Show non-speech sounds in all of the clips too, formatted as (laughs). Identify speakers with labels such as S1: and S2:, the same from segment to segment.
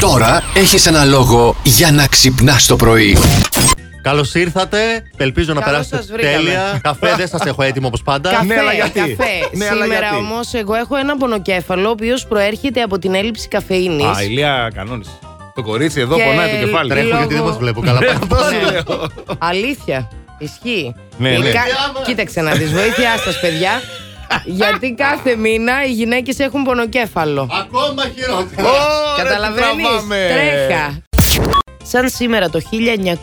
S1: Τώρα έχεις ένα λόγο για να ξυπνάς το πρωί.
S2: Καλώς ήρθατε. Ελπίζω να
S3: Καλώς
S2: περάσετε
S3: σας βρήκαμε.
S2: τέλεια. Καφέ δεν σας έχω έτοιμο όπως πάντα.
S3: Καφέ, ε,
S4: Ναι, αλλά γιατί?
S3: καφέ.
S4: Ναι, αλλά
S3: Σήμερα
S4: γιατί?
S3: όμως, εγώ έχω ένα πονοκέφαλο, ο οποίος προέρχεται από την έλλειψη καφεινή.
S4: Α, ηλία κανόνισε. Το κορίτσι εδώ
S3: Και
S4: πονάει το κεφάλι.
S2: Τρέχω
S3: λόγω-
S2: γιατί δεν μας βλέπω καλά.
S4: Ναι,
S2: Πάμε.
S4: αυτό σου λέω.
S3: Αλήθεια. Ισχύει.
S4: Ναι,
S3: Η
S4: ναι.
S2: Βοήθειά μας.
S3: Κοίταξε να δεις, βοήθειά σας, παιδιά.
S4: (laughs)
S3: Γιατί κάθε μήνα οι γυναίκες έχουν πονοκέφαλο.
S2: Ακόμα χειρότερα.
S4: Ω, ρε, τι
S3: Καταλαβαίνεις.
S4: τραβάμε.
S3: Τρέχα. Σαν σήμερα το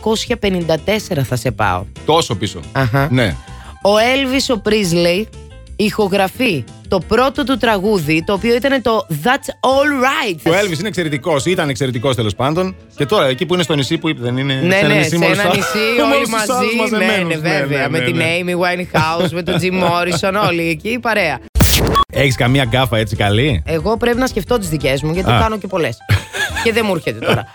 S3: 1954 θα σε πάω.
S4: Τόσο πίσω.
S3: Αχα.
S4: Ναι.
S3: Ο Έλβις ο Πρίσλεϊ ηχογραφεί το πρώτο του τραγούδι, το οποίο ήταν το That's All Right.
S4: Ο Έλβη είναι εξαιρετικός, ήταν εξαιρετικός τέλος πάντων. Και τώρα εκεί που είναι στο νησί που είπε δεν είναι.
S3: Ναι,
S4: σε
S3: ναι,
S4: νησί
S3: σε
S4: μόλις
S3: ένα
S4: θα- (laughs)
S3: νησί όλοι
S4: μόλις τους άλλους
S3: μαζί. Ναι,
S4: μαζεμένους.
S3: ναι, βέβαια. Με
S4: ναι,
S3: την
S4: ναι.
S3: Amy Winehouse, με τον
S4: (laughs)
S3: Jim Morrison, όλοι εκεί η παρέα.
S4: Έχεις καμία γκάφα έτσι καλή.
S3: Εγώ πρέπει να σκεφτώ τις δικές μου, γιατί
S4: Α.
S3: κάνω και
S4: (laughs)
S3: πολλές. και δεν μου έρχεται τώρα.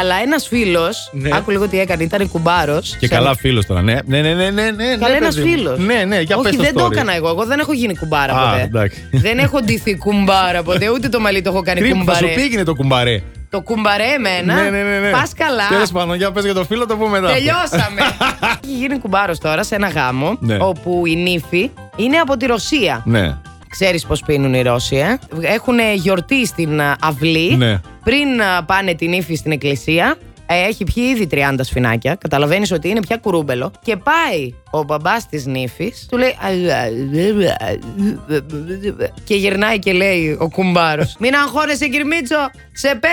S3: Αλλά ένας φίλος,
S4: Ναι.
S3: άκου λίγο τι έκανε, ήταν κουμπάρος.
S4: Και καλά φίλος τώρα, ναι. Ναι, ναι, ναι, ναι. ναι
S3: Καλά, ένα
S4: παιδί μου.
S3: φίλος.
S4: Ναι, ναι, για πες
S3: Όχι,
S4: το
S3: δεν το
S4: story.
S3: έκανα εγώ. Εγώ δεν έχω γίνει κουμπάρα
S4: Α,
S3: ποτέ.
S4: εντάξει.
S3: Δεν έχω ντυθεί κουμπάρα ποτέ, ούτε το μαλλί το έχω κάνει
S4: Κρύπ, θα σου
S3: κουμπαρέ.
S4: πήγαινε το κουμπαρέ.
S3: Το κουμπαρέ εμένα.
S4: Ναι, ναι, ναι. ναι.
S3: Πας καλά.
S4: Τέλος πάντων, για πες για το φίλο, το πούμε μετά.
S3: Τελειώσαμε. Έχει γίνει κουμπάρος τώρα σε ένα γάμο.
S4: Ναι.
S3: Όπου η νύφη είναι από τη Ρωσία.
S4: Ναι.
S3: Ξέρεις πώς πίνουν οι Ρώσοι, ε. Έχουν γιορτή στην α, αυλή.
S4: Ναι.
S3: Πριν α, πάνε την ύφη στην εκκλησία, ε, έχει πιει ήδη 30 σφινάκια. Καταλαβαίνεις ότι είναι πια κουρούμπελο. Και πάει ο μπαμπάς της νύφης, του λέει. Και γυρνάει και λέει ο κουμπάρος. Μην αγχώνεσαι, Κυρμίτσο. Σε 5-10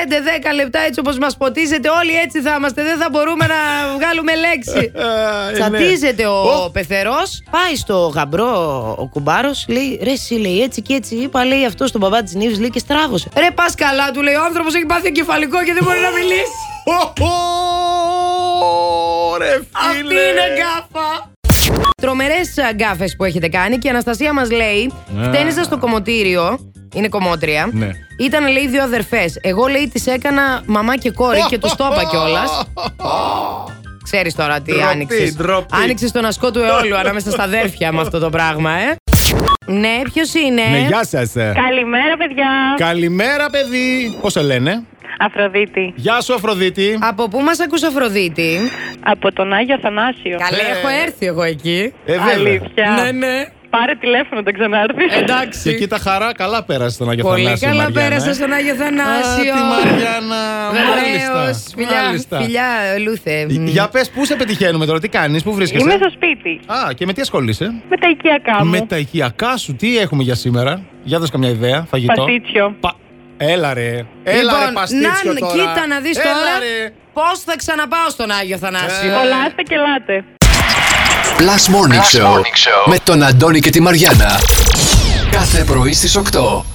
S3: λεπτά, έτσι όπως μας ποτίζετε, όλοι έτσι θα είμαστε. Δεν θα μπορούμε να βγάλουμε λέξη.
S4: Ε,
S3: Τσατίζεται ο
S4: Ω.
S3: πεθερός, πάει στο γαμπρό ο κουμπάρος, λέει ρε, εσύ λέει έτσι και έτσι. Είπα, λέει αυτό στον μπαμπά της Νύβη, λέει και στράβωσε. Ρε, πας καλά, του λέει ο άνθρωπος έχει πάθει κεφαλικό και δεν μπορεί να μιλήσει.
S4: Ω, ω, Ρε φίλε.
S3: Αυτή είναι γκάφα. Τρομερές γκάφε που έχετε κάνει και η Αναστασία μας λέει:
S4: Α.
S3: Χτένιζα στο κομμωτήριο. Είναι κομμότρια.
S4: Ναι.
S3: Ήταν λέει δύο αδερφές. Εγώ λέει τις έκανα μαμά και κόρη και τους το είπα κιόλας. Ξέρεις τώρα τι
S4: Ντροπή,
S3: άνοιξες.
S4: ντροπή.
S3: Άνοιξες τον ασκό του αιώλου ανάμεσα στα αδέρφια με αυτό το πράγμα, ε. Ναι, ποιος είναι.
S4: Ναι, γεια σας.
S5: Καλημέρα, παιδιά.
S4: Καλημέρα, παιδί. Πώς σε λένε.
S5: Αφροδίτη.
S4: Γεια σου, Αφροδίτη.
S3: Από πού μας ακούς Αφροδίτη.
S5: Από τον Άγιο Θανάσιο.
S3: Καλέ,
S4: Ε.
S3: έχω έρθει εγώ εκεί.
S4: Ε, βέβαια.
S5: Αλήθεια.
S3: Ναι, ναι.
S5: Πάρε τηλέφωνο, δεν ξανάρθει.
S4: Και εκεί
S3: Εντάξει.
S4: τα χαρά καλά πέρασε τον Άγιο
S3: Πολύ
S4: Θανάση, η
S3: καλά
S4: Μαριάννα,
S3: πέρασα
S4: ε.
S3: στον Άγιο
S4: Α, τη
S3: Θανάσιο.
S4: Μαριάννα.
S3: Βεβαίω.
S4: Μάλιστα.
S3: Φιλιά,
S4: Μάλιστα. Ε,
S3: φιλιά, Λούθε.
S4: Για πες, πού σε πετυχαίνουμε τώρα, τι κάνεις, πού βρίσκεσαι.
S5: Είμαι στο σπίτι.
S4: Α, και με τι ασχολείσαι.
S5: Με τα οικιακά μου.
S4: Με τα οικιακά σου, τι έχουμε για σήμερα. Για δώσ' καμιά ιδέα, φαγητό.
S5: Παστίτσιο.
S4: Πα- Έλα ρε. Έλα ρε, παστίτσιο
S3: Λοιπόν, να,
S4: τώρα.
S3: κοίτα να δεις
S4: Έλα,
S3: τώρα
S4: ρε.
S3: πώς θα ξαναπάω στον Άγιο Θανάσιο.
S4: Ε.
S5: Κολλάστε και λάτε.
S1: Plus Morning, Show, με τον Αντώνη και τη Μαριάνα. Κάθε πρωί στις 8.